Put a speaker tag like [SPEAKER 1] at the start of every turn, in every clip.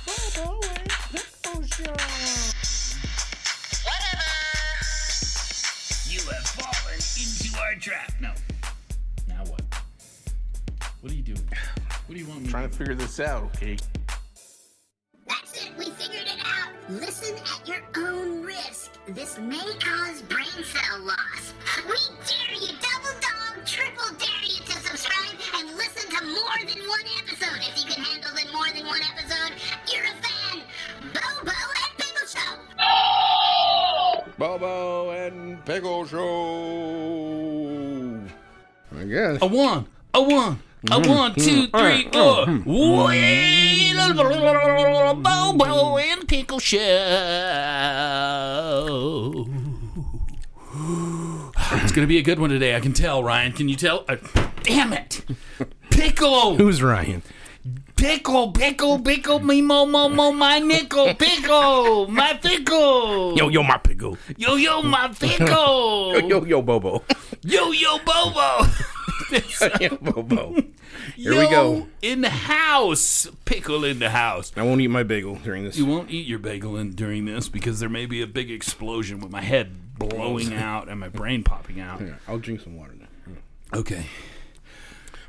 [SPEAKER 1] forward. Hipposhot.
[SPEAKER 2] You have fallen into our trap. No. Now what? What are you doing? What do you want me
[SPEAKER 3] Trying to figure this out, okay?
[SPEAKER 4] That's it, we figured it out. Listen at your own risk. This may cause brain cell loss. We dare you, double dog, triple dare you to subscribe and listen to more than one episode. If you can handle the more than one episode, you're a fan. Bobo and Pickle Show.
[SPEAKER 3] Bobo and Pickle Show. I guess.
[SPEAKER 2] A one, a one, a
[SPEAKER 5] Mm-hmm.
[SPEAKER 2] one, two, three, four. Well, Bobo and Pickle Show. It's gonna be a good one today. I can tell, Ryan. Can you tell? Uh, damn it, pickle,
[SPEAKER 5] Who's Ryan?
[SPEAKER 2] pickle, pickle, pickle, me mo mo mo, my nickel, pickle, my pickle,
[SPEAKER 5] Yo, yo, my pickle.
[SPEAKER 2] yo yo, my pickle,
[SPEAKER 5] Yo, yo, yo, Bobo.
[SPEAKER 2] yo yo, Bobo.
[SPEAKER 5] yo, Bobo. Here
[SPEAKER 2] Yo
[SPEAKER 5] we go.
[SPEAKER 2] In the house. Pickle in the house.
[SPEAKER 5] I won't eat my bagel during this.
[SPEAKER 2] You won't eat your bagel in during this because there may be a big explosion with my head blowing out and my brain popping out.
[SPEAKER 5] Yeah, I'll drink some water now.
[SPEAKER 2] Okay.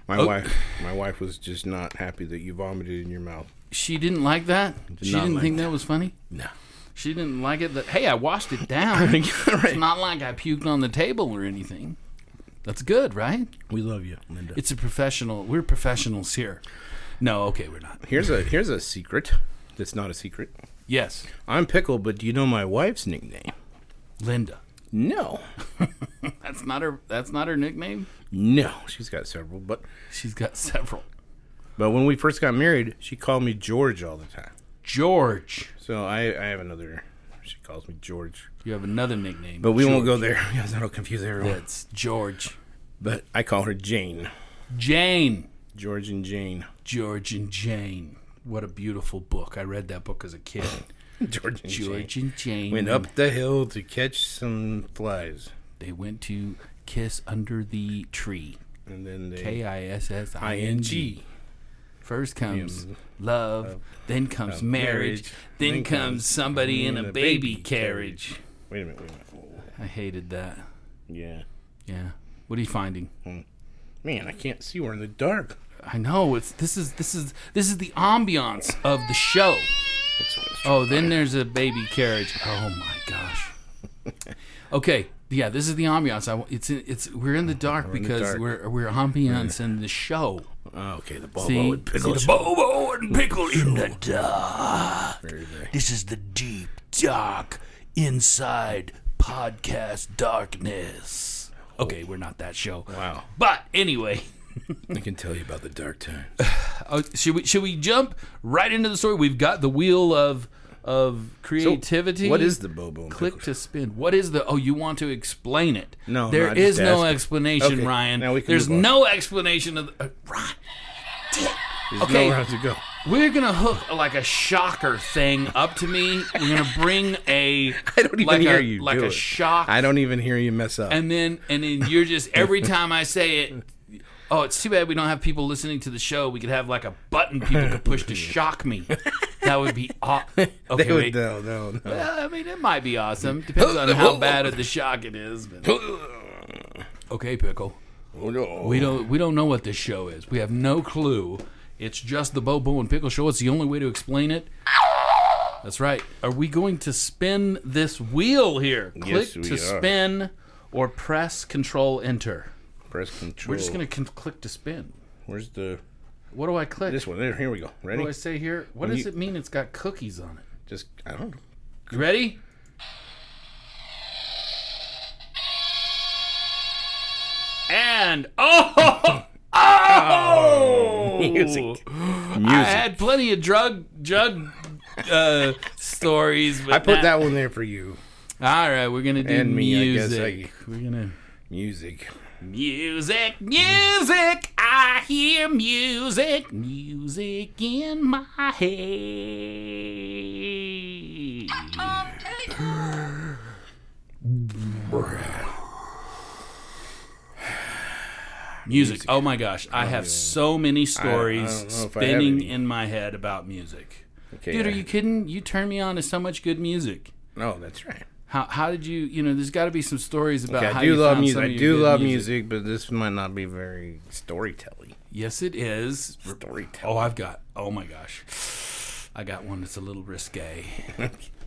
[SPEAKER 5] My wife, my wife was just not happy that you vomited in your mouth.
[SPEAKER 2] She didn't like that? she
[SPEAKER 5] not
[SPEAKER 2] didn't
[SPEAKER 5] like
[SPEAKER 2] think that was funny?
[SPEAKER 5] No.
[SPEAKER 2] She didn't like it that hey, I washed it down. It's
[SPEAKER 5] right.
[SPEAKER 2] not like I puked on the table or anything. That's good, right?
[SPEAKER 5] We love you, Linda.
[SPEAKER 2] It's a professional. We're professionals here. No, okay, we're not.
[SPEAKER 5] here's a here's a secret. That's not a secret.
[SPEAKER 2] Yes.
[SPEAKER 5] I'm pickle, but do you know my wife's nickname?
[SPEAKER 2] Linda.
[SPEAKER 5] No.
[SPEAKER 2] That's not her that's not her nickname.
[SPEAKER 5] No, she's got several, but
[SPEAKER 2] She's got several.
[SPEAKER 5] but when we first got married, she called me George all the time.
[SPEAKER 2] George.
[SPEAKER 5] So I I have another. She calls me George,
[SPEAKER 2] You have another nickname.
[SPEAKER 5] but we won't go
[SPEAKER 2] George.
[SPEAKER 5] there. Yeah, that'll confuse everyone.
[SPEAKER 2] That's George.
[SPEAKER 5] But I call her Jane.
[SPEAKER 2] Jane.
[SPEAKER 5] George and Jane.
[SPEAKER 2] George and Jane. What a beautiful book. I read that book as a kid.
[SPEAKER 5] George and
[SPEAKER 2] George
[SPEAKER 5] Jane
[SPEAKER 2] and Jane.
[SPEAKER 5] went up the hill to catch some flies,
[SPEAKER 2] They went to kiss under the tree.
[SPEAKER 5] and then they
[SPEAKER 2] K I S S I N G.
[SPEAKER 5] ing.
[SPEAKER 2] First comes
[SPEAKER 5] Yeah.
[SPEAKER 2] love, then comes
[SPEAKER 5] uh,
[SPEAKER 2] marriage,
[SPEAKER 5] marriage,
[SPEAKER 2] then,
[SPEAKER 5] then
[SPEAKER 2] comes
[SPEAKER 5] comes
[SPEAKER 2] somebody
[SPEAKER 5] me
[SPEAKER 2] in
[SPEAKER 5] in
[SPEAKER 2] a
[SPEAKER 5] a
[SPEAKER 2] baby
[SPEAKER 5] baby
[SPEAKER 2] carriage.
[SPEAKER 5] Wait a minute. Wait a minute. Oh,
[SPEAKER 2] I hated that.
[SPEAKER 5] yeah.
[SPEAKER 2] Yeah. What are you finding?
[SPEAKER 5] Man, I can't see. We're in the dark.
[SPEAKER 2] I know it's this is this is this is the ambiance of the show. Oh, then there's a baby carriage. Oh my gosh. Okay, yeah, this is the ambiance. I, wa- it's it's we're in the dark
[SPEAKER 5] in the
[SPEAKER 2] because
[SPEAKER 5] dark.
[SPEAKER 2] we're we're ambiance in the show.
[SPEAKER 5] Oh, okay. The Bobo
[SPEAKER 2] See,
[SPEAKER 5] and pickle.
[SPEAKER 2] See the Bobo and pickle in the dark.
[SPEAKER 5] Very, very-
[SPEAKER 2] This is the deep dark inside podcast darkness. Okay, we're not that show.
[SPEAKER 5] Wow.
[SPEAKER 2] But anyway.
[SPEAKER 5] I can tell you about the dark time.
[SPEAKER 2] Uh, should we should we jump right into the story? We've got the wheel of of creativity.
[SPEAKER 5] what is the Bobo and
[SPEAKER 2] click
[SPEAKER 5] pickle?
[SPEAKER 2] to spin? What is the? Oh, you want to explain it?
[SPEAKER 5] No,
[SPEAKER 2] there
[SPEAKER 5] no, I
[SPEAKER 2] is
[SPEAKER 5] just
[SPEAKER 2] no
[SPEAKER 5] asked.
[SPEAKER 2] explanation,
[SPEAKER 5] Okay,
[SPEAKER 2] Ryan.
[SPEAKER 5] now we can
[SPEAKER 2] There's
[SPEAKER 5] move on.
[SPEAKER 2] no explanation of the. Uh, Ryan,
[SPEAKER 5] There's
[SPEAKER 2] Okay.
[SPEAKER 5] nowhere else to go.
[SPEAKER 2] we're gonna hook like a shocker thing up to me. We're gonna bring a.
[SPEAKER 5] I don't even
[SPEAKER 2] like
[SPEAKER 5] hear
[SPEAKER 2] a,
[SPEAKER 5] you.
[SPEAKER 2] Like
[SPEAKER 5] do
[SPEAKER 2] a
[SPEAKER 5] it.
[SPEAKER 2] shock.
[SPEAKER 5] I don't even hear you mess up.
[SPEAKER 2] and then and then you're just every time I say it. Oh, it's too bad we don't have people listening to the show. We could have like a button people could push to shock me. That would be aw- okay.
[SPEAKER 5] they would, uh,
[SPEAKER 2] wait.
[SPEAKER 5] no, no, no.
[SPEAKER 2] Well, I mean, it might be awesome. Depends on how bad of the shock it is. But. Okay, pickle.
[SPEAKER 5] Oh, no.
[SPEAKER 2] We don't we don't know what this show is. We have no clue. It's just the Bobo and Pickle show. It's the only way to explain it. That's right. Are we going to spin this wheel here? Click
[SPEAKER 5] Yes, we
[SPEAKER 2] to
[SPEAKER 5] are.
[SPEAKER 2] spin or press control enter.
[SPEAKER 5] press control.
[SPEAKER 2] We're just gonna con- click to spin.
[SPEAKER 5] Where's the
[SPEAKER 2] What do I click?
[SPEAKER 5] this one? There, here we go.
[SPEAKER 2] what
[SPEAKER 5] Ready?
[SPEAKER 2] do I say here? What
[SPEAKER 5] When
[SPEAKER 2] does
[SPEAKER 5] you-
[SPEAKER 2] it mean? It's got cookies on it.
[SPEAKER 5] Just I don't know.
[SPEAKER 2] You ready? And oh, oh!
[SPEAKER 5] Music.
[SPEAKER 2] I
[SPEAKER 5] Music.
[SPEAKER 2] had plenty of drug drug uh, stories, but
[SPEAKER 5] I put
[SPEAKER 2] nah.
[SPEAKER 5] that one there for you.
[SPEAKER 2] All right, we're gonna do
[SPEAKER 5] And me, I guess
[SPEAKER 2] music.
[SPEAKER 5] I-
[SPEAKER 2] We're gonna
[SPEAKER 5] Music.
[SPEAKER 2] music, music. I hear music, music in my head. Music.
[SPEAKER 5] Oh,
[SPEAKER 2] Oh my gosh, I have so many stories
[SPEAKER 5] I don't know if I have
[SPEAKER 2] spinning
[SPEAKER 5] any.
[SPEAKER 2] in my head about music.
[SPEAKER 5] Okay,
[SPEAKER 2] Dude, are
[SPEAKER 5] yeah.
[SPEAKER 2] you kidding? You turned me on to so much good music.
[SPEAKER 5] No, that's right.
[SPEAKER 2] How, how did you, you know, there's got to be some stories about
[SPEAKER 5] Okay,
[SPEAKER 2] Uh, how
[SPEAKER 5] I
[SPEAKER 2] you
[SPEAKER 5] do love
[SPEAKER 2] found
[SPEAKER 5] music.
[SPEAKER 2] some of
[SPEAKER 5] I
[SPEAKER 2] your
[SPEAKER 5] do
[SPEAKER 2] good
[SPEAKER 5] love music, but this might not be very storytelling.
[SPEAKER 2] Yes, it is.
[SPEAKER 5] Storytelling.
[SPEAKER 2] Oh, I've got, oh my gosh. I got one that's a little risque.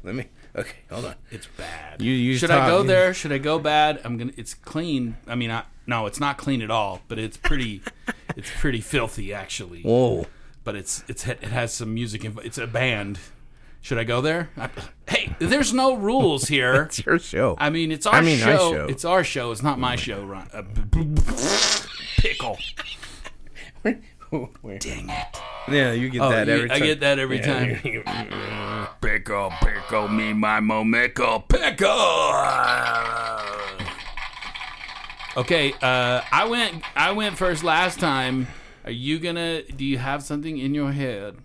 [SPEAKER 5] Let me. Okay, hold on.
[SPEAKER 2] It's bad.
[SPEAKER 5] You- you
[SPEAKER 2] Should I
[SPEAKER 5] talk-
[SPEAKER 2] go
[SPEAKER 5] you-
[SPEAKER 2] there? Should I go bad? I'm gonna. It's clean. I mean, I, no, it's not clean at all. But it's pretty. it's pretty filthy actually.
[SPEAKER 5] Whoa.
[SPEAKER 2] But it's it's it has some music. Inv- it's a band. Should I go there? I, hey, there's no rules here.
[SPEAKER 5] It's your show.
[SPEAKER 2] I mean, it's our
[SPEAKER 5] mean, I
[SPEAKER 2] show.
[SPEAKER 5] show.
[SPEAKER 2] It's our show. It's not my show. Ron. Uh, b- b- b- pickle.
[SPEAKER 5] Dang it. Yeah, you get
[SPEAKER 2] Oh,
[SPEAKER 5] that
[SPEAKER 2] you-
[SPEAKER 5] every
[SPEAKER 2] I
[SPEAKER 5] time.
[SPEAKER 2] get that every time. pickle, pickle, me, my momickle, pickle. Okay, uh, I went. I went first last time. Are you gonna? Do you have something in your head?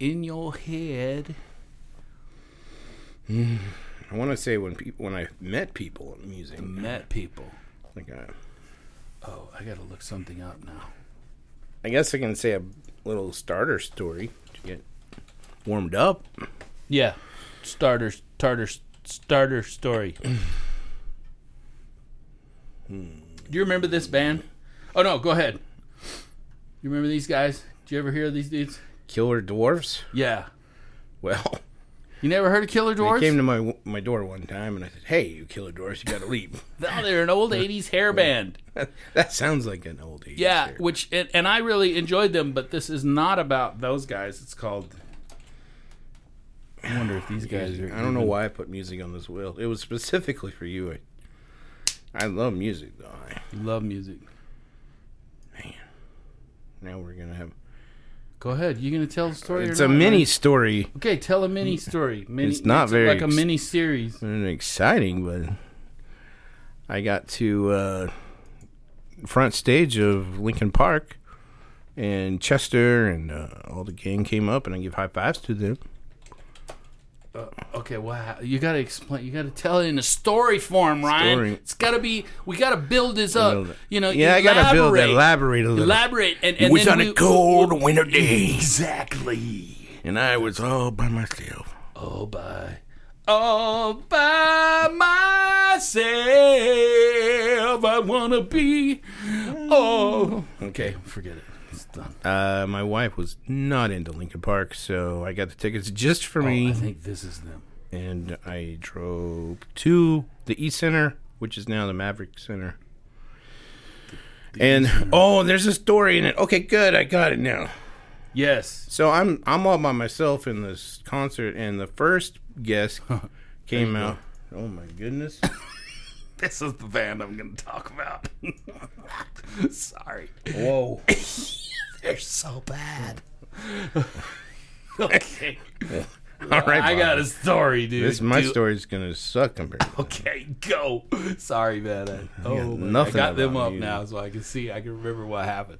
[SPEAKER 2] In your head.
[SPEAKER 5] I want to say when people when I met people in music,
[SPEAKER 2] Met people.
[SPEAKER 5] like uh, I,
[SPEAKER 2] Oh, I gotta look something up now.
[SPEAKER 5] I guess I can say a little starter story to get warmed up.
[SPEAKER 2] Yeah, starter, starter, starter story. Do you remember this band? Oh no, go ahead. You remember these guys? Did you ever hear of these dudes?
[SPEAKER 5] Killer dwarfs.
[SPEAKER 2] Yeah.
[SPEAKER 5] Well,
[SPEAKER 2] You never heard of Killer Dwarfs?
[SPEAKER 5] they came to my my door one time and I said, "Hey, you killer dwarfs, you got to leave."
[SPEAKER 2] No, they're an old '80s hair band.
[SPEAKER 5] that sounds like an old age.
[SPEAKER 2] Yeah, which and, and I really enjoyed them, but this is not about those guys. It's called. I wonder if these guys are.
[SPEAKER 5] I don't know why I put music on this wheel. It was specifically for you. I, I love music though. I,
[SPEAKER 2] Love music.
[SPEAKER 5] now we're gonna have.
[SPEAKER 2] Go ahead. You gonna tell the story? or
[SPEAKER 5] It's a
[SPEAKER 2] not,
[SPEAKER 5] mini
[SPEAKER 2] man?
[SPEAKER 5] story.
[SPEAKER 2] Okay, tell a mini story. Mini,
[SPEAKER 5] Mm. It's not very
[SPEAKER 2] like a
[SPEAKER 5] ex-
[SPEAKER 2] mini series.
[SPEAKER 5] and exciting, but I got to uh, front stage of Lincoln Park, and Chester and uh, all the gang came up, and I give high fives to them.
[SPEAKER 2] Okay, wow. You gotta explain. You gotta tell it in a story form, Ryan.
[SPEAKER 5] Story.
[SPEAKER 2] It's gotta be. We gotta build this up. Uh, You know.
[SPEAKER 5] yeah, I gotta build elaborate a little.
[SPEAKER 2] Elaborate and,
[SPEAKER 5] It
[SPEAKER 2] and
[SPEAKER 5] was
[SPEAKER 2] then
[SPEAKER 5] on
[SPEAKER 2] we-
[SPEAKER 5] a cold winter day, exactly, and I was all by myself.
[SPEAKER 2] Oh, by. All by myself, I wanna be. Oh. Okay, forget it. It's done.
[SPEAKER 5] Uh, my wife was not into Lincoln Park, so I got the tickets just for
[SPEAKER 2] Oh, I
[SPEAKER 5] me,
[SPEAKER 2] think this is them.
[SPEAKER 5] and I drove to the East Center, which is now the Maverick Center. and oh, there's a story in it. Okay, good, I got it now.
[SPEAKER 2] Yes.
[SPEAKER 5] So I'm I'm all by myself in this concert, and the first guest came out. Oh my goodness!
[SPEAKER 2] This is the band I'm gonna talk about. Sorry.
[SPEAKER 5] Whoa!
[SPEAKER 2] They're so bad. okay.
[SPEAKER 5] all right,
[SPEAKER 2] I
[SPEAKER 5] Bob.
[SPEAKER 2] got a story, dude.
[SPEAKER 5] This my
[SPEAKER 2] Dude,
[SPEAKER 5] story's gonna suck compared. To
[SPEAKER 2] Okay, go. Sorry, man. I, oh, man.
[SPEAKER 5] nothing
[SPEAKER 2] I got them
[SPEAKER 5] about
[SPEAKER 2] up
[SPEAKER 5] you.
[SPEAKER 2] now, so I can see. I can remember what happened.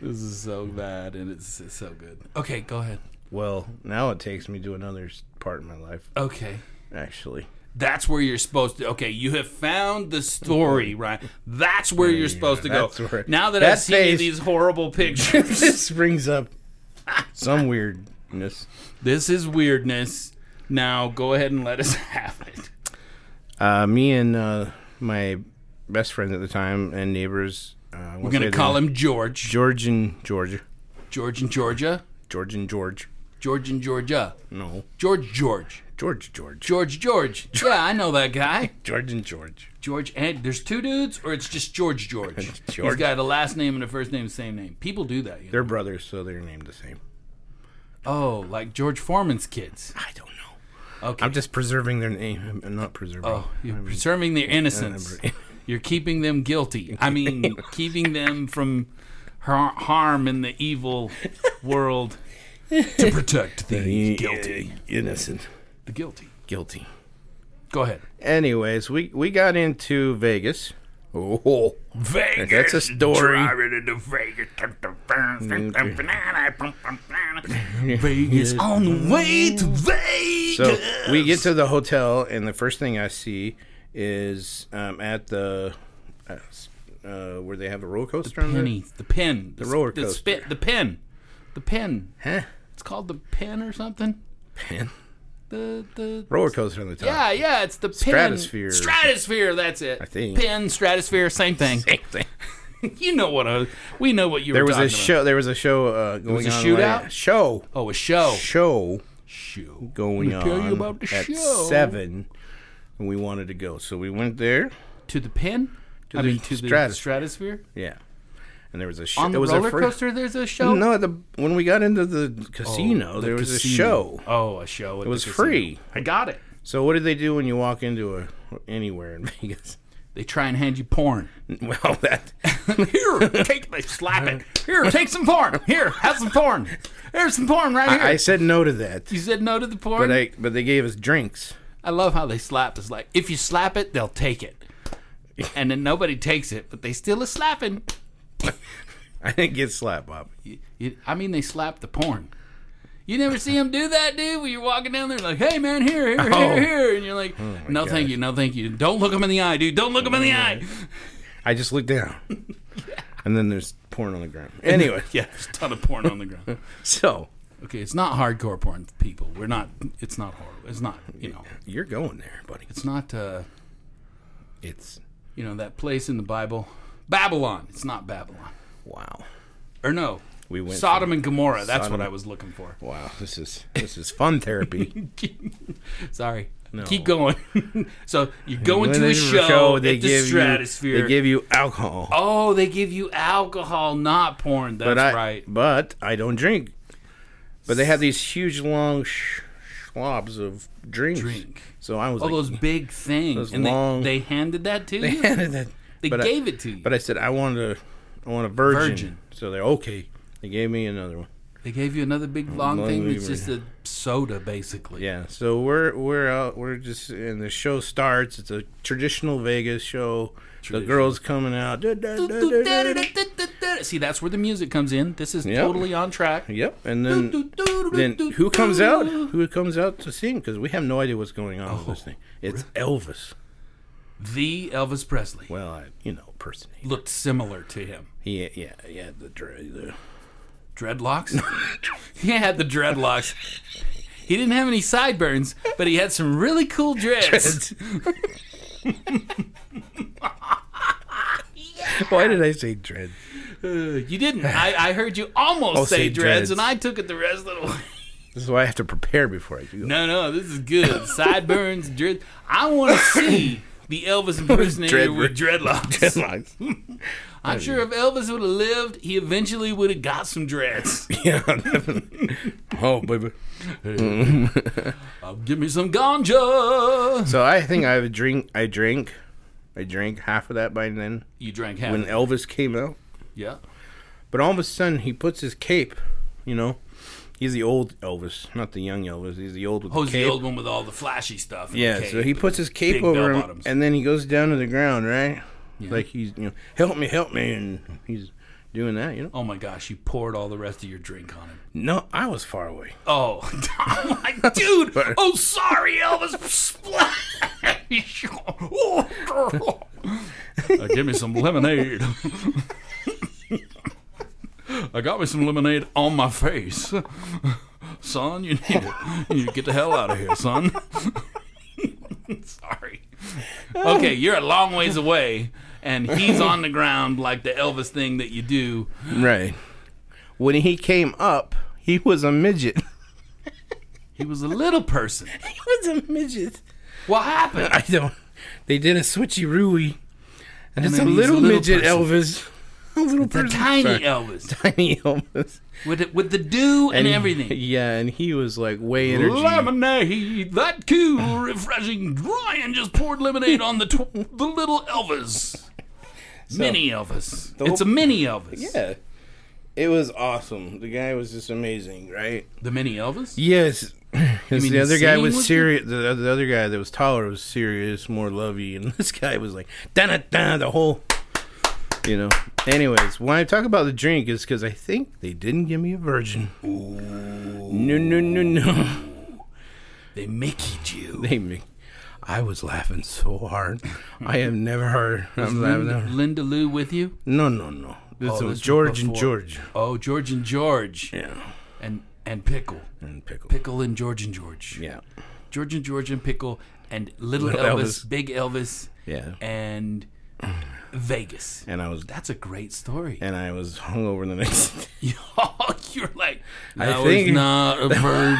[SPEAKER 2] This is so bad, and it's, it's so good. Okay, go ahead.
[SPEAKER 5] well, now it takes me to another s- part of my life,
[SPEAKER 2] Okay,
[SPEAKER 5] actually.
[SPEAKER 2] that's where you're supposed to. Okay, you have found the story, right? That's where you're supposed to go.
[SPEAKER 5] that's where-
[SPEAKER 2] now that,
[SPEAKER 5] that
[SPEAKER 2] I've seen you
[SPEAKER 5] face-
[SPEAKER 2] these horrible pictures,
[SPEAKER 5] this brings up some weirdness.
[SPEAKER 2] this is weirdness. Now go ahead and let us have it.
[SPEAKER 5] Uh, me and uh, my best friend at the time and neighbors. Uh,
[SPEAKER 2] We're gonna call him George,
[SPEAKER 5] George and Georgia.
[SPEAKER 2] George and Georgia,
[SPEAKER 5] George and George.
[SPEAKER 2] George and Georgia,
[SPEAKER 5] No,
[SPEAKER 2] George George,
[SPEAKER 5] George, George,
[SPEAKER 2] George George. Yeah, I know that guy.
[SPEAKER 5] George and George.
[SPEAKER 2] George and there's two dudes, or it's just George George. He's
[SPEAKER 5] George.
[SPEAKER 2] got a last name and a first name, same name. People do that. You know?
[SPEAKER 5] They're brothers, so they're named the same.
[SPEAKER 2] Oh, like George Foreman's kids.
[SPEAKER 5] I don't know.
[SPEAKER 2] Okay.
[SPEAKER 5] I'm just preserving their name. I'm- I'm not preserving.
[SPEAKER 2] oh, you're preserving their innocence. You're keeping them guilty. I mean, keeping them from har- harm in the evil world to protect the guilty.
[SPEAKER 5] innocent,
[SPEAKER 2] The guilty.
[SPEAKER 5] guilty.
[SPEAKER 2] Go ahead.
[SPEAKER 5] Anyways, we we got into Vegas. Oh,
[SPEAKER 2] Vegas.
[SPEAKER 5] that's a story.
[SPEAKER 2] Vegas on the way to Vegas.
[SPEAKER 5] So we get to the hotel, and the first thing I see is um, at the uh, s- uh, where they have a roller coaster. on there?
[SPEAKER 2] penny, the pin, the,
[SPEAKER 5] roller
[SPEAKER 2] the, spit, the pin, the pin,
[SPEAKER 5] Huh?
[SPEAKER 2] It's called the Pin or something.
[SPEAKER 5] Pin.
[SPEAKER 2] The the
[SPEAKER 5] Roller coaster on the top.
[SPEAKER 2] yeah yeah it's the Pin
[SPEAKER 5] Uh, Stratosphere.
[SPEAKER 2] Stratosphere, that's it. I
[SPEAKER 5] think.
[SPEAKER 2] Pin Stratosphere, same thing.
[SPEAKER 5] Same thing.
[SPEAKER 2] you know what? I, we know what you
[SPEAKER 5] There
[SPEAKER 2] were
[SPEAKER 5] was
[SPEAKER 2] talking
[SPEAKER 5] a show. There was a show uh, going
[SPEAKER 2] was a
[SPEAKER 5] on.
[SPEAKER 2] shootout?
[SPEAKER 5] la- show.
[SPEAKER 2] about. Oh, a show.
[SPEAKER 5] Show
[SPEAKER 2] Show.
[SPEAKER 5] going
[SPEAKER 2] Let
[SPEAKER 5] on.
[SPEAKER 2] me tell you about the
[SPEAKER 5] at
[SPEAKER 2] show.
[SPEAKER 5] seven, and we wanted to go, so we went there.
[SPEAKER 2] To the Pin.
[SPEAKER 5] To
[SPEAKER 2] I
[SPEAKER 5] the
[SPEAKER 2] mean, to the
[SPEAKER 5] Stratosphere.
[SPEAKER 2] Stratosphere.
[SPEAKER 5] Yeah, and there was a show.
[SPEAKER 2] On the
[SPEAKER 5] it was
[SPEAKER 2] roller
[SPEAKER 5] a first,
[SPEAKER 2] coaster, there's a show.
[SPEAKER 5] No, the when we got into the casino,
[SPEAKER 2] The
[SPEAKER 5] there was
[SPEAKER 2] casino.
[SPEAKER 5] a show.
[SPEAKER 2] Oh, a show. It
[SPEAKER 5] was free.
[SPEAKER 2] I got it.
[SPEAKER 5] So what do they do when you walk into a anywhere in Vegas?
[SPEAKER 2] They try and hand you porn.
[SPEAKER 5] Well, that
[SPEAKER 2] Here, take they slap it. Here, take some porn. Here, have some porn. Here's some porn right here.
[SPEAKER 5] I, I said no to that,
[SPEAKER 2] you said no to the porn.
[SPEAKER 5] but I but they gave us drinks.
[SPEAKER 2] I love how they slap. It's like if you slap it, they'll take it, and then nobody takes it, but they still are slapping.
[SPEAKER 5] I didn't get slapped, Bobby.
[SPEAKER 2] You- I mean, they slap the porn. You never see them do that, dude. When you're walking down there, like, "Hey, man, here, here, here,
[SPEAKER 5] Oh.
[SPEAKER 2] here," and you're like, "No, thank you, no, thank you. Don't look them in the eye, dude. Don't look them in the eye."
[SPEAKER 5] Mm-hmm. I just looked down, and then there's porn on the ground. Anyway,
[SPEAKER 2] Yeah, there's a ton of porn on the ground.
[SPEAKER 5] so
[SPEAKER 2] Okay, it's not hardcore porn, people. We're not. It's not horrible. It's not. You know,
[SPEAKER 5] you're going there, buddy.
[SPEAKER 2] it's not. uh
[SPEAKER 5] It's
[SPEAKER 2] You know that place in the Bible, Babylon. It's not Babylon.
[SPEAKER 5] wow,
[SPEAKER 2] Or no,
[SPEAKER 5] We went
[SPEAKER 2] Sodom
[SPEAKER 5] from
[SPEAKER 2] and Gomorrah. That's
[SPEAKER 5] Sodom-
[SPEAKER 2] what I was looking for.
[SPEAKER 5] wow. This is this is fun therapy.
[SPEAKER 2] Sorry. Keep going. so you go into
[SPEAKER 5] When
[SPEAKER 2] a
[SPEAKER 5] they
[SPEAKER 2] show,
[SPEAKER 5] they
[SPEAKER 2] at the
[SPEAKER 5] give
[SPEAKER 2] stratosphere.
[SPEAKER 5] You, they give you alcohol,
[SPEAKER 2] oh, they give you alcohol, not porn. That's
[SPEAKER 5] but I
[SPEAKER 2] right.
[SPEAKER 5] but I don't drink. But they have these huge long sh- schlobs of drinks.
[SPEAKER 2] Drink.
[SPEAKER 5] So I was
[SPEAKER 2] All
[SPEAKER 5] like,
[SPEAKER 2] those big things.
[SPEAKER 5] those
[SPEAKER 2] and
[SPEAKER 5] long-
[SPEAKER 2] they, they handed that to you.
[SPEAKER 5] handed that.
[SPEAKER 2] They
[SPEAKER 5] but I-
[SPEAKER 2] gave it to you.
[SPEAKER 5] But I said I wanted a, I want a virgin.
[SPEAKER 2] Virgin.
[SPEAKER 5] So they're okay. They gave me another one.
[SPEAKER 2] they gave you another big long,
[SPEAKER 5] Long
[SPEAKER 2] thing that's
[SPEAKER 5] lever.
[SPEAKER 2] just a soda, basically.
[SPEAKER 5] Yeah. So we're we're out. We're just and the show starts. It's a traditional Vegas show. The girls coming out. Da, da, da, da, da, da.
[SPEAKER 2] See, that's where the music comes in. This is
[SPEAKER 5] Yep.
[SPEAKER 2] totally on track.
[SPEAKER 5] Yep. And then then who comes out? Who comes out to sing? Because we have no idea what's going on with this thing. It's Elvis.
[SPEAKER 2] The Elvis Presley
[SPEAKER 5] Well, I, you know, personally,
[SPEAKER 2] looked similar to him.
[SPEAKER 5] he yeah yeah the dre- the
[SPEAKER 2] dreadlocks. he had the dreadlocks. He didn't have any sideburns, but he had some really cool dreads.
[SPEAKER 5] Why did I say dread?
[SPEAKER 2] Uh, You didn't. I, I heard you almost
[SPEAKER 5] Oh,
[SPEAKER 2] say,
[SPEAKER 5] say
[SPEAKER 2] dreads,
[SPEAKER 5] dreads.
[SPEAKER 2] and I took it the rest of the way.
[SPEAKER 5] This is why I have to prepare before I do.
[SPEAKER 2] No, no, this is good. Sideburns, dreads. I want to see the Elvis impersonator
[SPEAKER 5] Dread-
[SPEAKER 2] with dreadlocks.
[SPEAKER 5] Headlines.
[SPEAKER 2] I'm sure if Elvis would have lived, he eventually would have got some dreads.
[SPEAKER 5] yeah, definitely. Oh, baby.
[SPEAKER 2] Uh, give me some ganja.
[SPEAKER 5] So I think I would drink. I drank. I drank half of that by then
[SPEAKER 2] You drank half.
[SPEAKER 5] when Elvis came out.
[SPEAKER 2] yeah.
[SPEAKER 5] But all of a sudden, he puts his cape. You know, he's the old Elvis, not the young Elvis. Oh, He's the old with
[SPEAKER 2] Who's
[SPEAKER 5] the cape.
[SPEAKER 2] the old one with all the flashy stuff? and the
[SPEAKER 5] yeah. So
[SPEAKER 2] cape
[SPEAKER 5] he
[SPEAKER 2] and
[SPEAKER 5] puts
[SPEAKER 2] the
[SPEAKER 5] his cape
[SPEAKER 2] big
[SPEAKER 5] over him,
[SPEAKER 2] bell-bottoms.
[SPEAKER 5] and then he goes down to the ground, right? Like he's, you know, help me, help me, and he's doing that. You know.
[SPEAKER 2] Oh my gosh, you poured all the rest of your drink on him.
[SPEAKER 5] No, I was far away.
[SPEAKER 2] Oh, I'm like, dude. Oh, sorry, Elvis. Splash. Oh, uh, give me some lemonade. I got me some lemonade on my face. Son, you need to, you need to get the hell out of here, son. sorry. Okay, you're a long ways away, and he's on the ground like the Elvis thing that you do.
[SPEAKER 5] Right. When he came up, he was a midget.
[SPEAKER 2] He was a little person.
[SPEAKER 5] he was a midget.
[SPEAKER 2] What happened?
[SPEAKER 5] I don't. They did a switcheroo, and, it's a
[SPEAKER 2] then he's
[SPEAKER 5] little,
[SPEAKER 2] a little
[SPEAKER 5] midget
[SPEAKER 2] person.
[SPEAKER 5] Elvis, a little
[SPEAKER 2] The
[SPEAKER 5] person,
[SPEAKER 2] tiny
[SPEAKER 5] Sorry.
[SPEAKER 2] Elvis
[SPEAKER 5] tiny Elvis,
[SPEAKER 2] with the, with the dew and,
[SPEAKER 5] he-
[SPEAKER 2] everything.
[SPEAKER 5] yeah, and he was like way energy.
[SPEAKER 2] Lemonade, that cool, refreshing. Ryan just poured lemonade on the tw- the little Elvis, mini Elvis.
[SPEAKER 5] whole-
[SPEAKER 2] It's a mini Elvis.
[SPEAKER 5] Yeah, it was awesome. The guy was just amazing, right?
[SPEAKER 2] the mini Elvis.
[SPEAKER 5] Yes. Because
[SPEAKER 2] mean
[SPEAKER 5] the
[SPEAKER 2] the
[SPEAKER 5] other guy
[SPEAKER 2] singing
[SPEAKER 5] was
[SPEAKER 2] was
[SPEAKER 5] serious. The, the other guy that was taller was serious, more lovey, and this guy was like da da da the whole. You know. Anyways, when I talk about the drink, is because I think they didn't give me a virgin. No, no, no, no.
[SPEAKER 2] They Mickeyed you.
[SPEAKER 5] They me. I was laughing so hard. I have never heard. I'm laughing.
[SPEAKER 2] Linda,
[SPEAKER 5] now.
[SPEAKER 2] Linda Lou with you.
[SPEAKER 5] No, no, no. This
[SPEAKER 2] Oh,
[SPEAKER 5] was
[SPEAKER 2] this was
[SPEAKER 5] George and
[SPEAKER 2] before.
[SPEAKER 5] George.
[SPEAKER 2] Oh, George and George.
[SPEAKER 5] Yeah.
[SPEAKER 2] And and Pickle.
[SPEAKER 5] and pickle.
[SPEAKER 2] Pickle and George and George.
[SPEAKER 5] Yeah,
[SPEAKER 2] George and George and Pickle and Little,
[SPEAKER 5] Little
[SPEAKER 2] Elvis,
[SPEAKER 5] Elvis.
[SPEAKER 2] Big Elvis,
[SPEAKER 5] yeah.
[SPEAKER 2] and Vegas.
[SPEAKER 5] And I was
[SPEAKER 2] That's a great story.
[SPEAKER 5] and I was hungover the next. day.
[SPEAKER 2] You're like,
[SPEAKER 5] I
[SPEAKER 2] I,
[SPEAKER 5] think-
[SPEAKER 2] was not a
[SPEAKER 5] I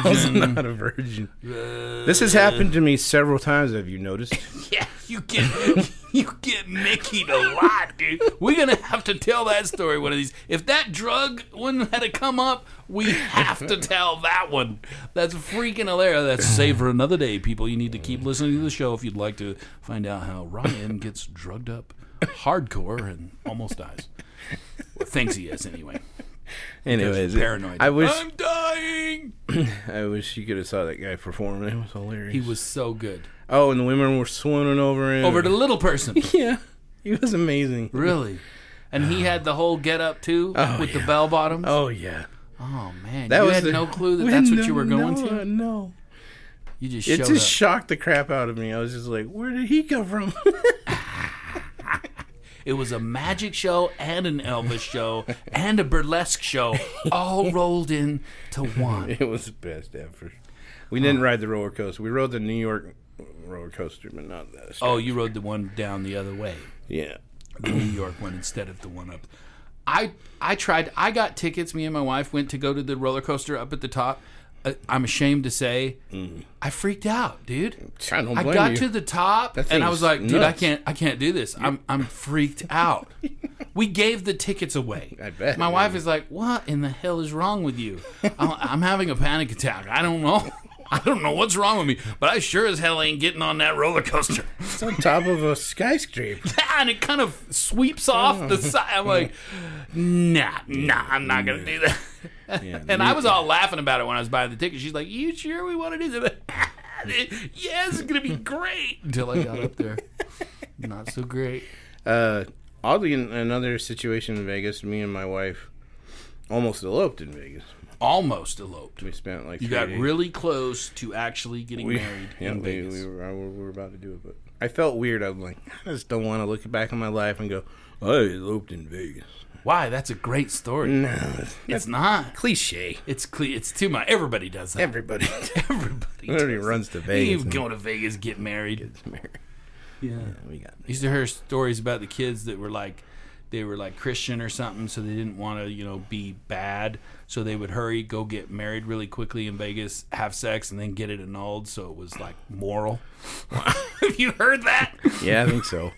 [SPEAKER 5] was
[SPEAKER 2] virgin.
[SPEAKER 5] not a virgin. This has happened to me several times. Have you noticed?
[SPEAKER 2] Yeah, you get you get Mickey'd a lot, dude. We're gonna have to tell that story one of these. If that drug one had to come up, we have to tell that one. That's freaking hilarious. That's save for another day, people. You need to keep listening to the show if you'd like to find out how Ryan gets drugged up hardcore and almost dies. Well, thinks he is anyway.
[SPEAKER 5] Anyways,
[SPEAKER 2] Paranoid.
[SPEAKER 5] I wish
[SPEAKER 2] I'm dying.
[SPEAKER 5] I wish you could have saw that guy perform. It was hilarious.
[SPEAKER 2] He was so good.
[SPEAKER 5] oh, and the women were swooning over him.
[SPEAKER 2] Over to little person.
[SPEAKER 5] yeah, he was amazing.
[SPEAKER 2] Really? And he had the whole get up too
[SPEAKER 5] Oh,
[SPEAKER 2] with the
[SPEAKER 5] yeah.
[SPEAKER 2] bell bottoms.
[SPEAKER 5] Oh yeah,
[SPEAKER 2] Oh man,
[SPEAKER 5] that
[SPEAKER 2] you
[SPEAKER 5] was
[SPEAKER 2] had
[SPEAKER 5] the-
[SPEAKER 2] no clue that
[SPEAKER 5] We
[SPEAKER 2] that's
[SPEAKER 5] had
[SPEAKER 2] what you
[SPEAKER 5] no-
[SPEAKER 2] were going
[SPEAKER 5] no,
[SPEAKER 2] to.
[SPEAKER 5] No,
[SPEAKER 2] You just
[SPEAKER 5] it
[SPEAKER 2] showed
[SPEAKER 5] just
[SPEAKER 2] up.
[SPEAKER 5] shocked the crap out of me. I was just like, where did he come from?
[SPEAKER 2] it was a magic show and an Elvis show and a burlesque show, all rolled in to one.
[SPEAKER 5] it was the best effort. We didn't ride the roller coaster. We rode the New York roller coaster, but not that.
[SPEAKER 2] Oh, you rode the one down the other way,
[SPEAKER 5] yeah.
[SPEAKER 2] the New York one instead of the one up. I I tried. I got tickets. Me and my wife went to go to the roller coaster up at the top. Uh, I'm ashamed to say,
[SPEAKER 5] Mm.
[SPEAKER 2] I freaked out, dude.
[SPEAKER 5] I don't
[SPEAKER 2] I
[SPEAKER 5] blame
[SPEAKER 2] got
[SPEAKER 5] you.
[SPEAKER 2] to the top
[SPEAKER 5] That
[SPEAKER 2] and I
[SPEAKER 5] thing's
[SPEAKER 2] was like, dude, I
[SPEAKER 5] nuts.
[SPEAKER 2] can't I can't do this. I'm I'm freaked out. we gave the tickets away.
[SPEAKER 5] I bet.
[SPEAKER 2] My wife is like, "What in the hell is wrong with you?" I'm, I'm having a panic attack. I don't know. I don't know what's wrong with me, but I sure as hell ain't getting on that roller coaster.
[SPEAKER 5] It's on top of a skyscraper.
[SPEAKER 2] and it kind of sweeps off
[SPEAKER 5] Oh.
[SPEAKER 2] the side. I'm like, "Nah, nah, I'm not going to do that." and I was all laughing about it when I was buying the ticket. She's like, "You sure we want to do that?" yes, it's gonna be great. Until I got up there, not so great.
[SPEAKER 5] Uh, oddly, in another situation in Vegas, me and my wife almost eloped in Vegas.
[SPEAKER 2] Almost eloped.
[SPEAKER 5] We spent like
[SPEAKER 2] You
[SPEAKER 5] three
[SPEAKER 2] got
[SPEAKER 5] days.
[SPEAKER 2] really close to actually getting
[SPEAKER 5] We,
[SPEAKER 2] married
[SPEAKER 5] yeah,
[SPEAKER 2] in
[SPEAKER 5] we,
[SPEAKER 2] Vegas.
[SPEAKER 5] we, were, I- we were about to do it, but I felt weird. I'm like, I just don't want to look back on my life and go, I eloped in Vegas.
[SPEAKER 2] Why? That's a great story.
[SPEAKER 5] Mm. No,
[SPEAKER 2] it's not.
[SPEAKER 5] cliche.
[SPEAKER 2] It's cle- it's too much. Everybody does that.
[SPEAKER 5] Everybody,
[SPEAKER 2] Everybody.
[SPEAKER 5] everybody
[SPEAKER 2] does
[SPEAKER 5] runs to
[SPEAKER 2] that. You
[SPEAKER 5] Vegas. and
[SPEAKER 2] go to Vegas, get married.
[SPEAKER 5] gets married.
[SPEAKER 2] Yeah.
[SPEAKER 5] We got
[SPEAKER 2] used to hear stories about the kids that were like they were like christian or something so they didn't want to you know be bad so they would hurry go get married really quickly in vegas have sex and then get it annulled so it was like moral have you heard that
[SPEAKER 5] yeah, I think so.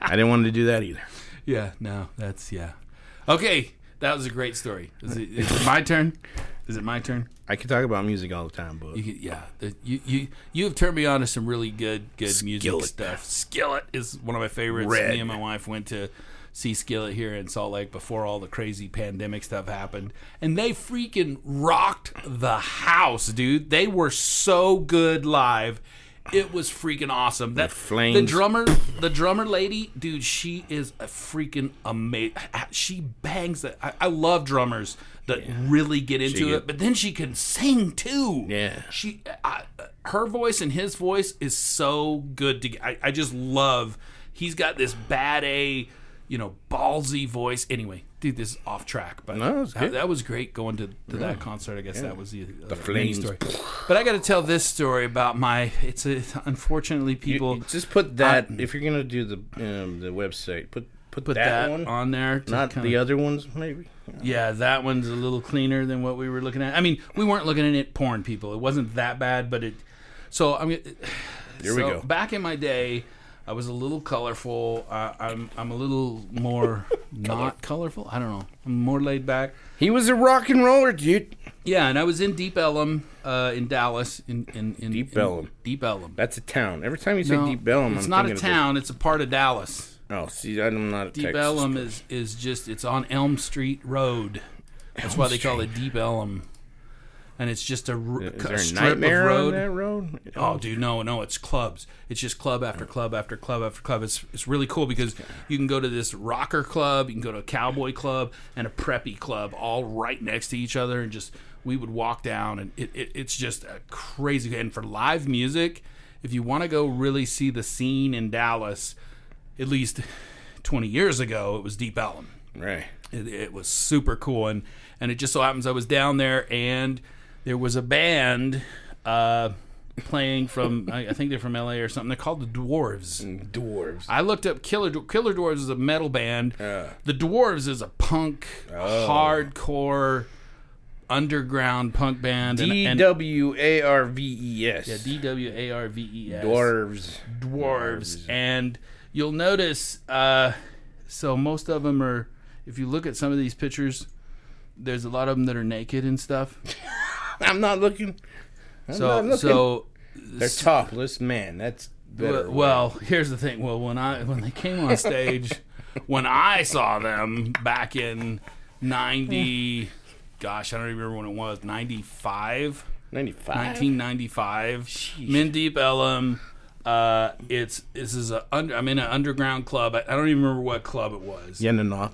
[SPEAKER 5] I didn't want to do that either.
[SPEAKER 2] yeah no that's yeah okay that was a great story is it, is it my turn is it my turn
[SPEAKER 5] I could talk about music all the time, but
[SPEAKER 2] You could- yeah, the- you you you have turned me on to some really good good music
[SPEAKER 5] Skillet.
[SPEAKER 2] stuff. Skillet is one of my favorites.
[SPEAKER 5] Red.
[SPEAKER 2] Me and my wife went to see Skillet here in Salt Lake before all the crazy pandemic stuff happened, and they freaking rocked the house, dude. They were so good live. It was freaking awesome. That the
[SPEAKER 5] flames.
[SPEAKER 2] drummer, the drummer lady, dude, she is a freaking amazing. She bangs. The, I, I love drummers that really get into
[SPEAKER 5] She
[SPEAKER 2] it, but then she can sing too.
[SPEAKER 5] Yeah.
[SPEAKER 2] She, I, her voice and his voice is so good to. I, I just love. He's got this bad A, you know, ballsy voice. Anyway, dude, this is off track, but
[SPEAKER 5] No, it's
[SPEAKER 2] that,
[SPEAKER 5] good.
[SPEAKER 2] that was great going to, to that concert. I guess that was the the
[SPEAKER 5] flames.
[SPEAKER 2] story. But I got to tell this story about my. It's a, unfortunately people
[SPEAKER 5] You just put that if you're gonna do the um, the website, put put,
[SPEAKER 2] put
[SPEAKER 5] that,
[SPEAKER 2] that,
[SPEAKER 5] one,
[SPEAKER 2] on there. To
[SPEAKER 5] not
[SPEAKER 2] kinda-
[SPEAKER 5] the other ones, maybe.
[SPEAKER 2] Yeah, that one's a little cleaner than what we were looking at. I mean, we weren't looking at porn, people. It wasn't that bad, but it. So I mean,
[SPEAKER 5] Here we
[SPEAKER 2] so
[SPEAKER 5] go.
[SPEAKER 2] Back in my day, I was a little colorful. Uh, I'm I'm a little more not colorful. I don't know. I'm more laid back.
[SPEAKER 5] He was a rock and roller, dude.
[SPEAKER 2] Yeah, and I was in Deep Ellum uh, in Dallas. In in, in
[SPEAKER 5] Deep
[SPEAKER 2] in
[SPEAKER 5] Ellum.
[SPEAKER 2] Deep Ellum.
[SPEAKER 5] That's a town. Every time you say
[SPEAKER 2] No,
[SPEAKER 5] Deep Bellum,
[SPEAKER 2] It's
[SPEAKER 5] I'm
[SPEAKER 2] not a
[SPEAKER 5] thinking of the-
[SPEAKER 2] town. It's a part of Dallas.
[SPEAKER 5] Oh, see, I'm not a
[SPEAKER 2] Deep
[SPEAKER 5] Texas.
[SPEAKER 2] Ellum is, is just it's on Elm Street Road. That's why they call it Deep Ellum, and it's just a, r-
[SPEAKER 5] Is
[SPEAKER 2] c-
[SPEAKER 5] there a
[SPEAKER 2] strip
[SPEAKER 5] nightmare
[SPEAKER 2] of road.
[SPEAKER 5] on that road?
[SPEAKER 2] Oh, dude, no, no, it's clubs. It's just club after club after club after club. It's it's really cool because you can go to this rocker club, you can go to a cowboy club, and a preppy club, all right next to each other, and just we would walk down, and it, it, it's just a crazy. And for live music, if you want to go really see the scene in Dallas, at least twenty years ago, it was Deep Ellum.
[SPEAKER 5] Right.
[SPEAKER 2] it, it was super cool and and it just so happens I was down there and there was a band uh, playing from I, I think they're from LA or something they're called the Dwarves
[SPEAKER 5] Dwarves.
[SPEAKER 2] I looked up Killer Dw- Killer Dwarves is a metal band
[SPEAKER 5] Yeah. Oh.
[SPEAKER 2] the Dwarves is a punk hardcore underground punk band and-
[SPEAKER 5] D
[SPEAKER 2] and,
[SPEAKER 5] W A R V E S.
[SPEAKER 2] yeah, D W A R V E S
[SPEAKER 5] Dwarves.
[SPEAKER 2] dwarves, and you'll notice. Uh, so most of them are. If you look at some of these pictures, there's a lot of them that are naked and stuff.
[SPEAKER 5] I'm not looking. I'm not
[SPEAKER 2] So
[SPEAKER 5] looking.
[SPEAKER 2] so
[SPEAKER 5] They're topless, man. That's better.
[SPEAKER 2] well, well, here's the thing. Well, when I when they came on stage, when I saw them back in '90, gosh, I don't even remember when it was '95.
[SPEAKER 5] 95.
[SPEAKER 2] 1995. Mindeep Elam. Uh, it's this is a under, I'm in an underground club. I, I don't even remember what club it was.
[SPEAKER 5] Yenanok.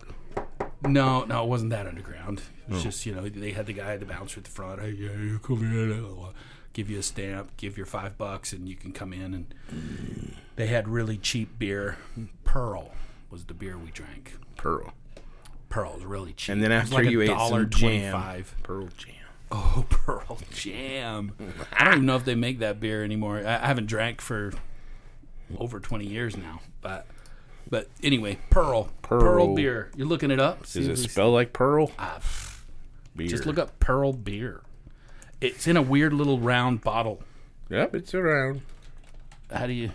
[SPEAKER 2] No, no, it wasn't that underground. It
[SPEAKER 5] Oh.
[SPEAKER 2] was just you know they had the guy at the bouncer at the front. Hey, yeah, you come in. uh, Give you a stamp, give your five bucks, and you can come in. And they had really cheap beer. Pearl was the beer we drank.
[SPEAKER 5] Pearl.
[SPEAKER 2] Pearl was really cheap.
[SPEAKER 5] And then
[SPEAKER 2] It was
[SPEAKER 5] after
[SPEAKER 2] like a
[SPEAKER 5] you ate some jam.
[SPEAKER 2] $1.25.
[SPEAKER 5] Pearl jam.
[SPEAKER 2] Oh, Pearl Jam. I don't even know if they make that beer anymore. I, I haven't drank for over 20 years now. But but anyway, Pearl. Pearl,
[SPEAKER 5] Pearl.
[SPEAKER 2] beer. You're looking it up? See
[SPEAKER 5] Is it
[SPEAKER 2] if it's-
[SPEAKER 5] spelled like Pearl? Beer.
[SPEAKER 2] Ah, Just look up Pearl beer. It's in a weird little round bottle.
[SPEAKER 5] Yep, it's around.
[SPEAKER 2] How do you.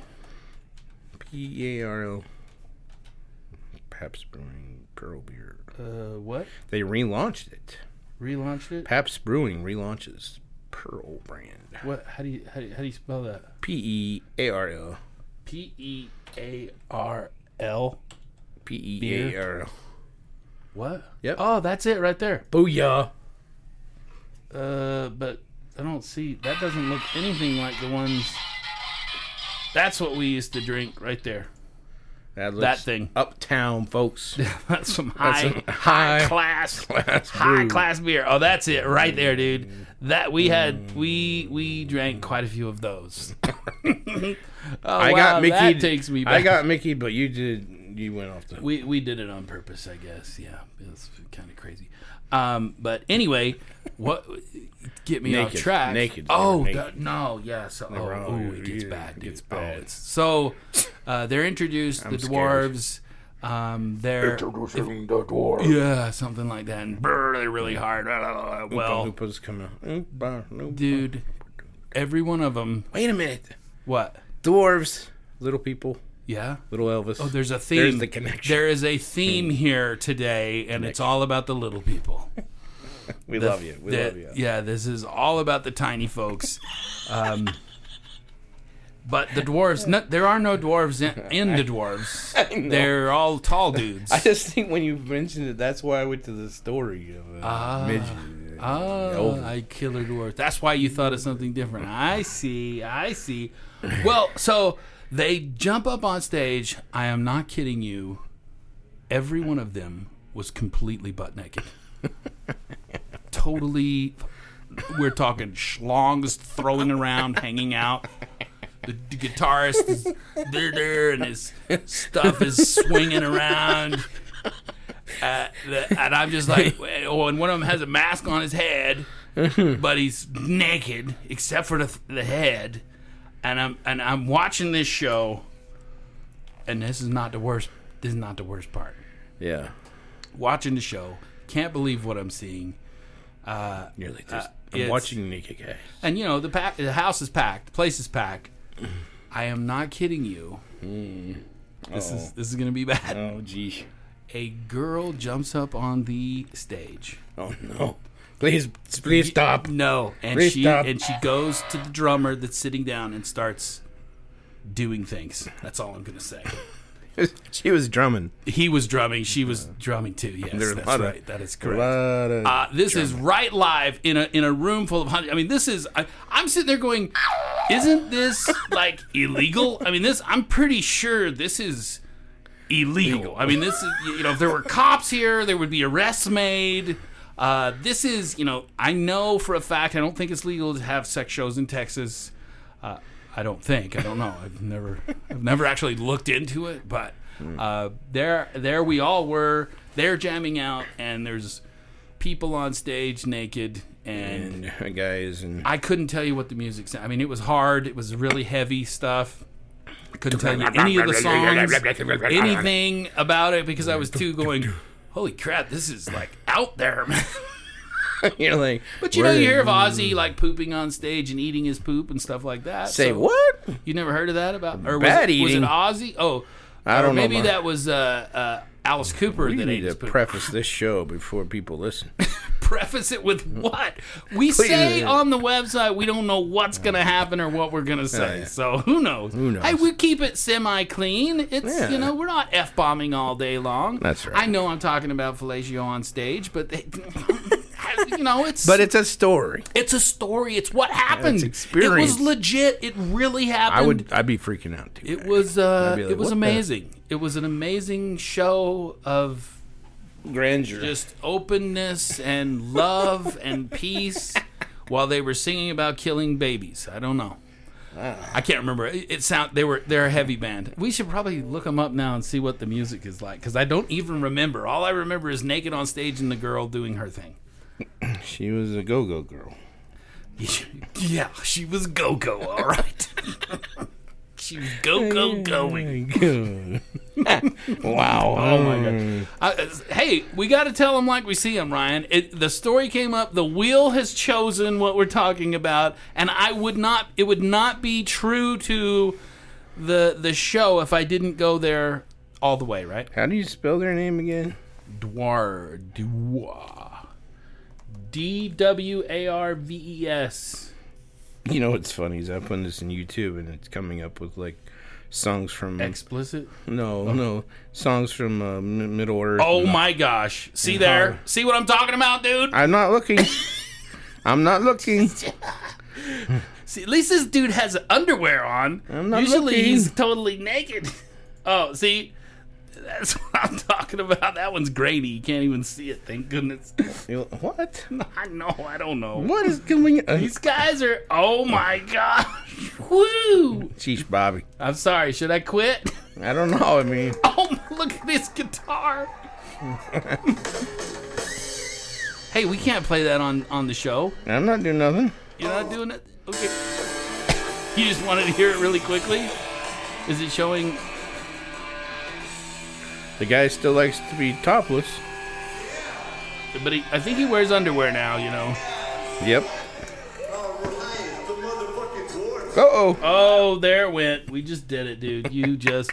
[SPEAKER 5] P A R L. Pabst Brewing Pearl Beer.
[SPEAKER 2] Uh, what?
[SPEAKER 5] They relaunched it.
[SPEAKER 2] Relaunched it?
[SPEAKER 5] Pabst Brewing relaunches Pearl brand.
[SPEAKER 2] What? How do you how do you, how do you spell that?
[SPEAKER 5] P E A R L.
[SPEAKER 2] P E A R L.
[SPEAKER 5] P E A R L.
[SPEAKER 2] What?
[SPEAKER 5] Yep.
[SPEAKER 2] Oh, that's it right there.
[SPEAKER 5] Booyah.
[SPEAKER 2] Uh, but I don't see that doesn't look anything like the ones. That's what we used to drink right there.
[SPEAKER 5] That, looks
[SPEAKER 2] That thing.
[SPEAKER 5] Uptown, folks.
[SPEAKER 2] That's some
[SPEAKER 5] That's
[SPEAKER 2] high
[SPEAKER 5] a high
[SPEAKER 2] class
[SPEAKER 5] class
[SPEAKER 2] high
[SPEAKER 5] brew.
[SPEAKER 2] class beer. Oh, that's it right there, dude. That we
[SPEAKER 5] Mm.
[SPEAKER 2] had we we drank quite a few of those. oh,
[SPEAKER 5] I got Mickey.
[SPEAKER 2] That takes me back.
[SPEAKER 5] I got Mickey, but you did. You went off the.
[SPEAKER 2] we we did it on purpose, I guess. Yeah, it's kind of crazy. Um, but anyway, what get me off
[SPEAKER 5] Naked.
[SPEAKER 2] track?
[SPEAKER 5] Naked. They were
[SPEAKER 2] Oh
[SPEAKER 5] naked.
[SPEAKER 2] that- no, yeah. So oh,
[SPEAKER 5] wrong.
[SPEAKER 2] ooh, it gets
[SPEAKER 5] Yeah,
[SPEAKER 2] bad,
[SPEAKER 5] it
[SPEAKER 2] dude.
[SPEAKER 5] gets
[SPEAKER 2] Oh,
[SPEAKER 5] bad.
[SPEAKER 2] it's, so uh, they're introduced the
[SPEAKER 5] scared.
[SPEAKER 2] dwarves. Um, they're
[SPEAKER 3] Introducing the dwarf.
[SPEAKER 2] yeah, something like that, and brr, they're really hard. blah, blah, blah, blah. Well,
[SPEAKER 5] Oompa-loompas come out. Oompa, oompa.
[SPEAKER 2] dude, every one of them.
[SPEAKER 5] Wait a minute.
[SPEAKER 2] What?
[SPEAKER 5] Dwarves, little people,
[SPEAKER 2] Yeah.
[SPEAKER 5] little Elvis.
[SPEAKER 2] Oh, there's a theme.
[SPEAKER 5] There's the connection.
[SPEAKER 2] There is a theme here today, and it's all about the little people.
[SPEAKER 5] we
[SPEAKER 2] the-
[SPEAKER 5] love you. We
[SPEAKER 2] the-
[SPEAKER 5] love you.
[SPEAKER 2] Yeah, this is all about the tiny folks. Um, but the dwarves, no, there are no dwarves in, in the dwarves. They're all tall dudes.
[SPEAKER 5] I just think when you mentioned it, that's why I went to the story of uh,
[SPEAKER 2] Ah.
[SPEAKER 5] midget.
[SPEAKER 2] Oh, I killer dwarf. That's why you thought of something different. I see. I see. Well, so they jump up on stage. I am not kidding you. Every one of them was completely butt naked. totally. We're talking schlongs throwing around, hanging out. The, the guitarist is there, there, and his stuff is swinging around the- and I'm just like, oh, and one of them has a mask on his head, but he's naked except for the, the head, and I'm and I'm watching this show, and this is not the worst. This is not the worst part.
[SPEAKER 5] Yeah.
[SPEAKER 2] Watching the show, can't believe what I'm seeing.
[SPEAKER 5] You're like this. I'm
[SPEAKER 2] Uh, it's-
[SPEAKER 5] watching naked guy.
[SPEAKER 2] And you know the pack, the house is packed, the place is packed. I am not kidding you. This is this is gonna be bad.
[SPEAKER 5] Oh, gee.
[SPEAKER 2] A girl jumps up on the stage.
[SPEAKER 5] Oh no. Please, please stop.
[SPEAKER 2] No, and
[SPEAKER 5] Please
[SPEAKER 2] she
[SPEAKER 5] stop.
[SPEAKER 2] and she goes to the drummer that's sitting down and starts doing things. That's all I'm gonna say.
[SPEAKER 5] she was drumming.
[SPEAKER 2] He was drumming, she was drumming too. Yes, that's right. That is correct.
[SPEAKER 5] Lot of-
[SPEAKER 2] Uh, this is right live in a in a room full of hundred. I mean, this is. I, I'm sitting there going, "Isn't this like illegal?" I mean, this. I'm pretty sure this is illegal. I mean, this is. You know, if there were cops here, there would be arrests made. Uh, this is. You know, I know for a fact. I don't think it's legal to have sex shows in Texas. Uh, I don't think. I don't know. I've never. I've never actually looked into it, but. Uh, there, there we all were. They're jamming out, and there's people on stage naked, and
[SPEAKER 5] And a guy is in
[SPEAKER 2] I couldn't tell you what the music sounded. I mean, it was hard. It was really heavy stuff. I couldn't tell you any of the songs, anything about it, because I was too going. Holy crap! This is like out there, man.
[SPEAKER 5] You're like,
[SPEAKER 2] But you know, you
[SPEAKER 5] "Where-
[SPEAKER 2] hear of Ozzy like pooping on stage and eating his poop and stuff like that.
[SPEAKER 5] Say
[SPEAKER 2] so-
[SPEAKER 5] what?
[SPEAKER 2] You never heard of that about or was
[SPEAKER 5] Bad
[SPEAKER 2] it,
[SPEAKER 5] eating.
[SPEAKER 2] Was it Ozzy? Oh,
[SPEAKER 5] I don't
[SPEAKER 2] or
[SPEAKER 5] know,
[SPEAKER 2] Maybe
[SPEAKER 5] man.
[SPEAKER 2] that was uh, uh, Alice Cooper
[SPEAKER 5] We
[SPEAKER 2] that ate
[SPEAKER 5] need to
[SPEAKER 2] his poop.
[SPEAKER 5] preface this show before people listen.
[SPEAKER 2] preface it with what we say on the website. We don't know what's gonna happen or what we're gonna say,
[SPEAKER 5] Oh, yeah.
[SPEAKER 2] so who knows? Who
[SPEAKER 5] knows?
[SPEAKER 2] Hey, we keep it semi clean. It's
[SPEAKER 5] Yeah.
[SPEAKER 2] you know we're not f bombing all day long.
[SPEAKER 5] That's right.
[SPEAKER 2] I know I'm talking about fellatio on stage, but they, you know it's
[SPEAKER 5] But it's a story.
[SPEAKER 2] it's a story. It's what happened. It
[SPEAKER 5] experience.
[SPEAKER 2] was legit. It really happened.
[SPEAKER 5] I would, I'd be freaking out too.
[SPEAKER 2] It
[SPEAKER 5] man.
[SPEAKER 2] was uh,
[SPEAKER 5] I'd be like,
[SPEAKER 2] it was
[SPEAKER 5] "What the
[SPEAKER 2] amazing. It was an amazing show of
[SPEAKER 5] grandeur.
[SPEAKER 2] just openness and love and peace while they were singing about killing babies. I don't know. I can't remember. It, it sound they were they're a heavy band. We should probably look them up now and see what the music is like because I don't even remember. All I remember is naked on stage and the girl doing her thing.
[SPEAKER 5] she was a go-go girl.
[SPEAKER 2] yeah, she was go go. All right, she was go go going.
[SPEAKER 5] wow.
[SPEAKER 2] Oh my god! I, hey, we got to tell them like we see them, Ryan. It, the story came up. The wheel has chosen what we're talking about, and I would not. It would not be true to the the show if I didn't go there all the way. Right?
[SPEAKER 5] How do you spell their name again?
[SPEAKER 2] Dwar Dwa D W A R V E S.
[SPEAKER 5] You know what's funny is I put this in YouTube and it's coming up with like songs from
[SPEAKER 2] Explicit.
[SPEAKER 5] no no songs from uh, M- Middle Order.
[SPEAKER 2] Oh my gosh! See there? See what I'm talking about, dude?
[SPEAKER 5] I'm not looking. I'm not looking.
[SPEAKER 2] See, at least this dude has underwear on.
[SPEAKER 5] I'm not
[SPEAKER 2] Usually
[SPEAKER 5] looking.
[SPEAKER 2] he's totally naked. Oh, see? That's what I'm talking about. That one's grainy. You can't even see it, thank goodness.
[SPEAKER 5] You- What?
[SPEAKER 2] I know, I don't know.
[SPEAKER 5] What is going on?
[SPEAKER 2] These guys are oh my gosh. Woo!
[SPEAKER 5] Sheesh, Bobby.
[SPEAKER 2] I'm sorry, should I quit?
[SPEAKER 5] I don't know. I mean,
[SPEAKER 2] Oh look at this guitar. hey, we can't play that on on the show.
[SPEAKER 5] I'm not doing nothing.
[SPEAKER 2] You're not doing it? Okay. You just wanted to hear it really quickly? Is it showing
[SPEAKER 5] The guy still likes to be topless.
[SPEAKER 2] But he, I think he wears underwear now, you know.
[SPEAKER 5] Yep. Uh oh.
[SPEAKER 2] Oh, there it went. We just did it, dude. You just.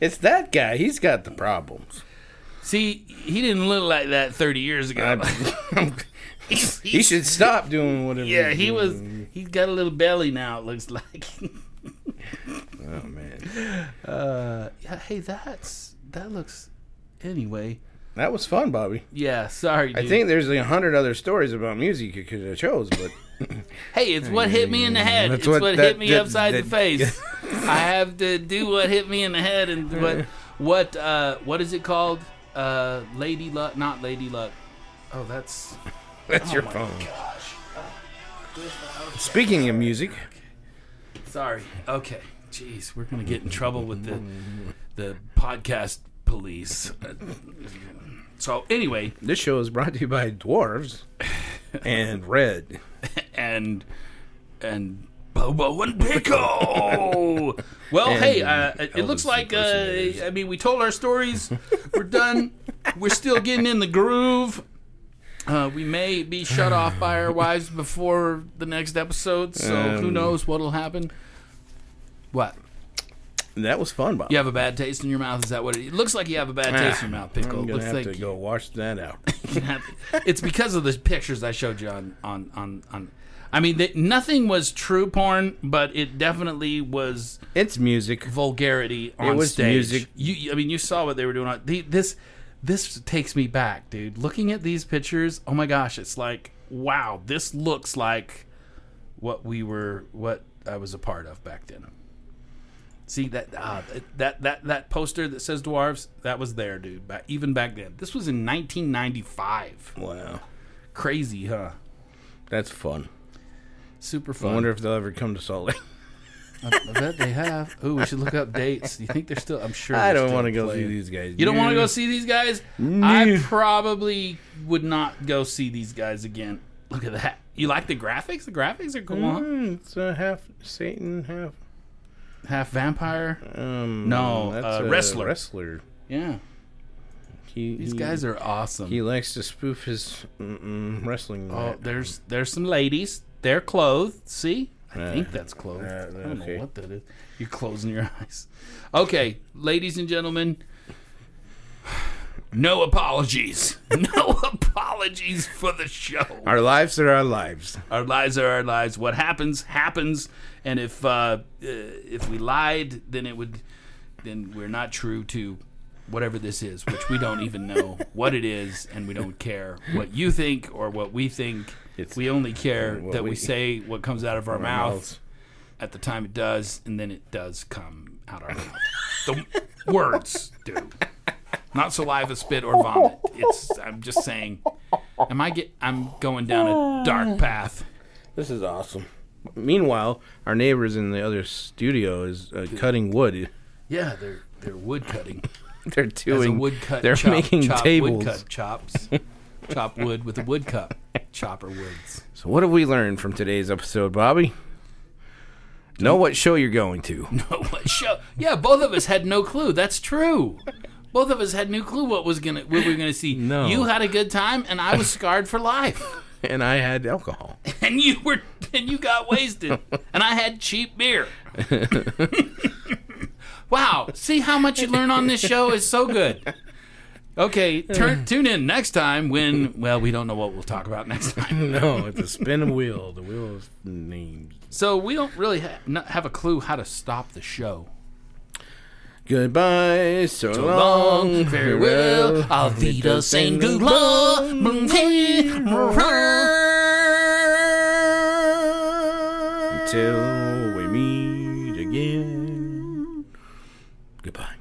[SPEAKER 5] It's that guy. He's got the problems.
[SPEAKER 2] See, he didn't look like that 30 years ago.
[SPEAKER 5] I'm-
[SPEAKER 2] He's-
[SPEAKER 5] he should stop doing whatever.
[SPEAKER 2] Yeah,
[SPEAKER 5] he's
[SPEAKER 2] he
[SPEAKER 5] doing.
[SPEAKER 2] was. He's got a little belly now, it looks like.
[SPEAKER 5] Oh man, Uh,
[SPEAKER 2] yeah, hey, that's. That looks. Anyway.
[SPEAKER 5] that was fun, Bobby.
[SPEAKER 2] Yeah, sorry, dude.
[SPEAKER 5] I think there's like a hundred other stories about music you could have chose, but
[SPEAKER 2] Hey, it's what hit me in the head.
[SPEAKER 5] That's
[SPEAKER 2] It's
[SPEAKER 5] what
[SPEAKER 2] what, hit
[SPEAKER 5] that-
[SPEAKER 2] me
[SPEAKER 5] that-
[SPEAKER 2] upside
[SPEAKER 5] that-
[SPEAKER 2] the face. I have to do what hit me in the head and what what uh what is it called? Uh Lady Luck, not Lady Luck. Oh, that's
[SPEAKER 5] that's your phone. Speaking of music,
[SPEAKER 2] Sorry. Okay. Jeez, we're gonna get in trouble with the the podcast police. Uh, So anyway,
[SPEAKER 5] this show is brought to you by Dwarves and Red.
[SPEAKER 2] and and Bobo and Pickle. well, hey, uh, it- it looks
[SPEAKER 5] Elvis
[SPEAKER 2] like
[SPEAKER 5] impersonators.
[SPEAKER 2] uh, I mean we told our stories. We're done. We're still getting in the groove. Uh, we may be shut off by our wives before the next episode, so who
[SPEAKER 5] Um,
[SPEAKER 2] knows what'll happen. What?
[SPEAKER 5] That was fun, Bobby.
[SPEAKER 2] You have a bad taste in your mouth. Is that what it, it looks like? You have a bad taste in your mouth, pickle.
[SPEAKER 5] Ah, I'm
[SPEAKER 2] It
[SPEAKER 5] gonna
[SPEAKER 2] Looks
[SPEAKER 5] have
[SPEAKER 2] like
[SPEAKER 5] to go wash that out.
[SPEAKER 2] you have- it's because of the pictures I showed you on on on. on I mean, th- nothing was true porn, but it definitely was
[SPEAKER 5] It's music.
[SPEAKER 2] vulgarity on
[SPEAKER 5] was
[SPEAKER 2] stage.
[SPEAKER 5] music.
[SPEAKER 2] You, you- I mean, you saw what they were doing. On, the, this this takes me back, dude. Looking at these pictures, oh my gosh, it's like wow, this looks like what we were, what I was a part of back then. See that uh, that that that poster that says dwarves that was there, dude. Back, even back then, this was in 1995.
[SPEAKER 5] Wow,
[SPEAKER 2] Crazy, huh?
[SPEAKER 5] that's fun.
[SPEAKER 2] Super fun.
[SPEAKER 5] I wonder if they'll ever come to Salt Lake.
[SPEAKER 2] I, I bet they have. Ooh, we should look up dates. Do you think they're still? I'm sure.
[SPEAKER 5] I
[SPEAKER 2] they're
[SPEAKER 5] don't
[SPEAKER 2] still
[SPEAKER 5] want to go see
[SPEAKER 2] playing.
[SPEAKER 5] these guys.
[SPEAKER 2] You don't want to go
[SPEAKER 5] dude.
[SPEAKER 2] see these guys? I probably would not go see these guys again. Look at that. You like the graphics? The graphics are cool. huh?
[SPEAKER 5] Mm, it's a half Satan, half
[SPEAKER 2] Half vampire.
[SPEAKER 5] um.
[SPEAKER 2] No, uh,
[SPEAKER 5] a
[SPEAKER 2] wrestler.
[SPEAKER 5] Wrestler.
[SPEAKER 2] Yeah.
[SPEAKER 5] He,
[SPEAKER 2] These
[SPEAKER 5] he-
[SPEAKER 2] guys are awesome.
[SPEAKER 5] He likes to spoof his mm-mm, wrestling.
[SPEAKER 2] Oh,
[SPEAKER 5] act.
[SPEAKER 2] there's there's some ladies. They're clothed. See, I
[SPEAKER 5] Uh,
[SPEAKER 2] think that's clothed.
[SPEAKER 5] uh,
[SPEAKER 2] I don't
[SPEAKER 5] okay.
[SPEAKER 2] know what that is. You're closing your eyes. Okay, ladies and gentlemen, no apologies. no apologies for the show. Our,
[SPEAKER 5] our lives are our lives.
[SPEAKER 2] lives are our lives. What happens happens. And if uh, uh, if we lied, then it would then we're not true to whatever this is, which we don't even know what it is, and we don't care what you think or what we think.
[SPEAKER 5] It's-
[SPEAKER 2] we only care
[SPEAKER 5] what
[SPEAKER 2] that we,
[SPEAKER 5] we-
[SPEAKER 2] say what comes out of our, mouths,
[SPEAKER 5] mouths.
[SPEAKER 2] at the time it does, and then it does come out our mouth. The words do. Not saliva, spit, or vomit. It's. I'm just saying. Am I get? I'm going down a dark path.
[SPEAKER 5] This is awesome. Meanwhile, our neighbors in the other studio is uh, cutting wood.
[SPEAKER 2] Yeah, they're they're wood cutting.
[SPEAKER 5] They're
[SPEAKER 2] As a
[SPEAKER 5] doing
[SPEAKER 2] woodcut.
[SPEAKER 5] They're
[SPEAKER 2] chop,
[SPEAKER 5] making
[SPEAKER 2] chop,
[SPEAKER 5] tables.
[SPEAKER 2] Woodcut chops. chop wood with a wood cut. Chopper woods.
[SPEAKER 5] So, what have we learned from today's episode, Bobby? Know what show you're going to.
[SPEAKER 2] what show? Yeah, both of us had no clue. That's true. Both of us had no clue what was gonna what we were gonna see.
[SPEAKER 5] No.
[SPEAKER 2] You had a good time, and I was scarred for life.
[SPEAKER 5] And I had alcohol.
[SPEAKER 2] And you were and you got wasted, and I had cheap beer. wow! See how much you learn on this show is so good. Okay, turn, tune in next time when well we don't know what we'll talk about next time.
[SPEAKER 5] No, it's a spin of wheel. The wheel of names.
[SPEAKER 2] So we don't really ha- not have a clue how to stop the show.
[SPEAKER 5] Goodbye, so, long,
[SPEAKER 2] long farewell. Auf Wiedersehen, good
[SPEAKER 5] Until we meet again. Goodbye.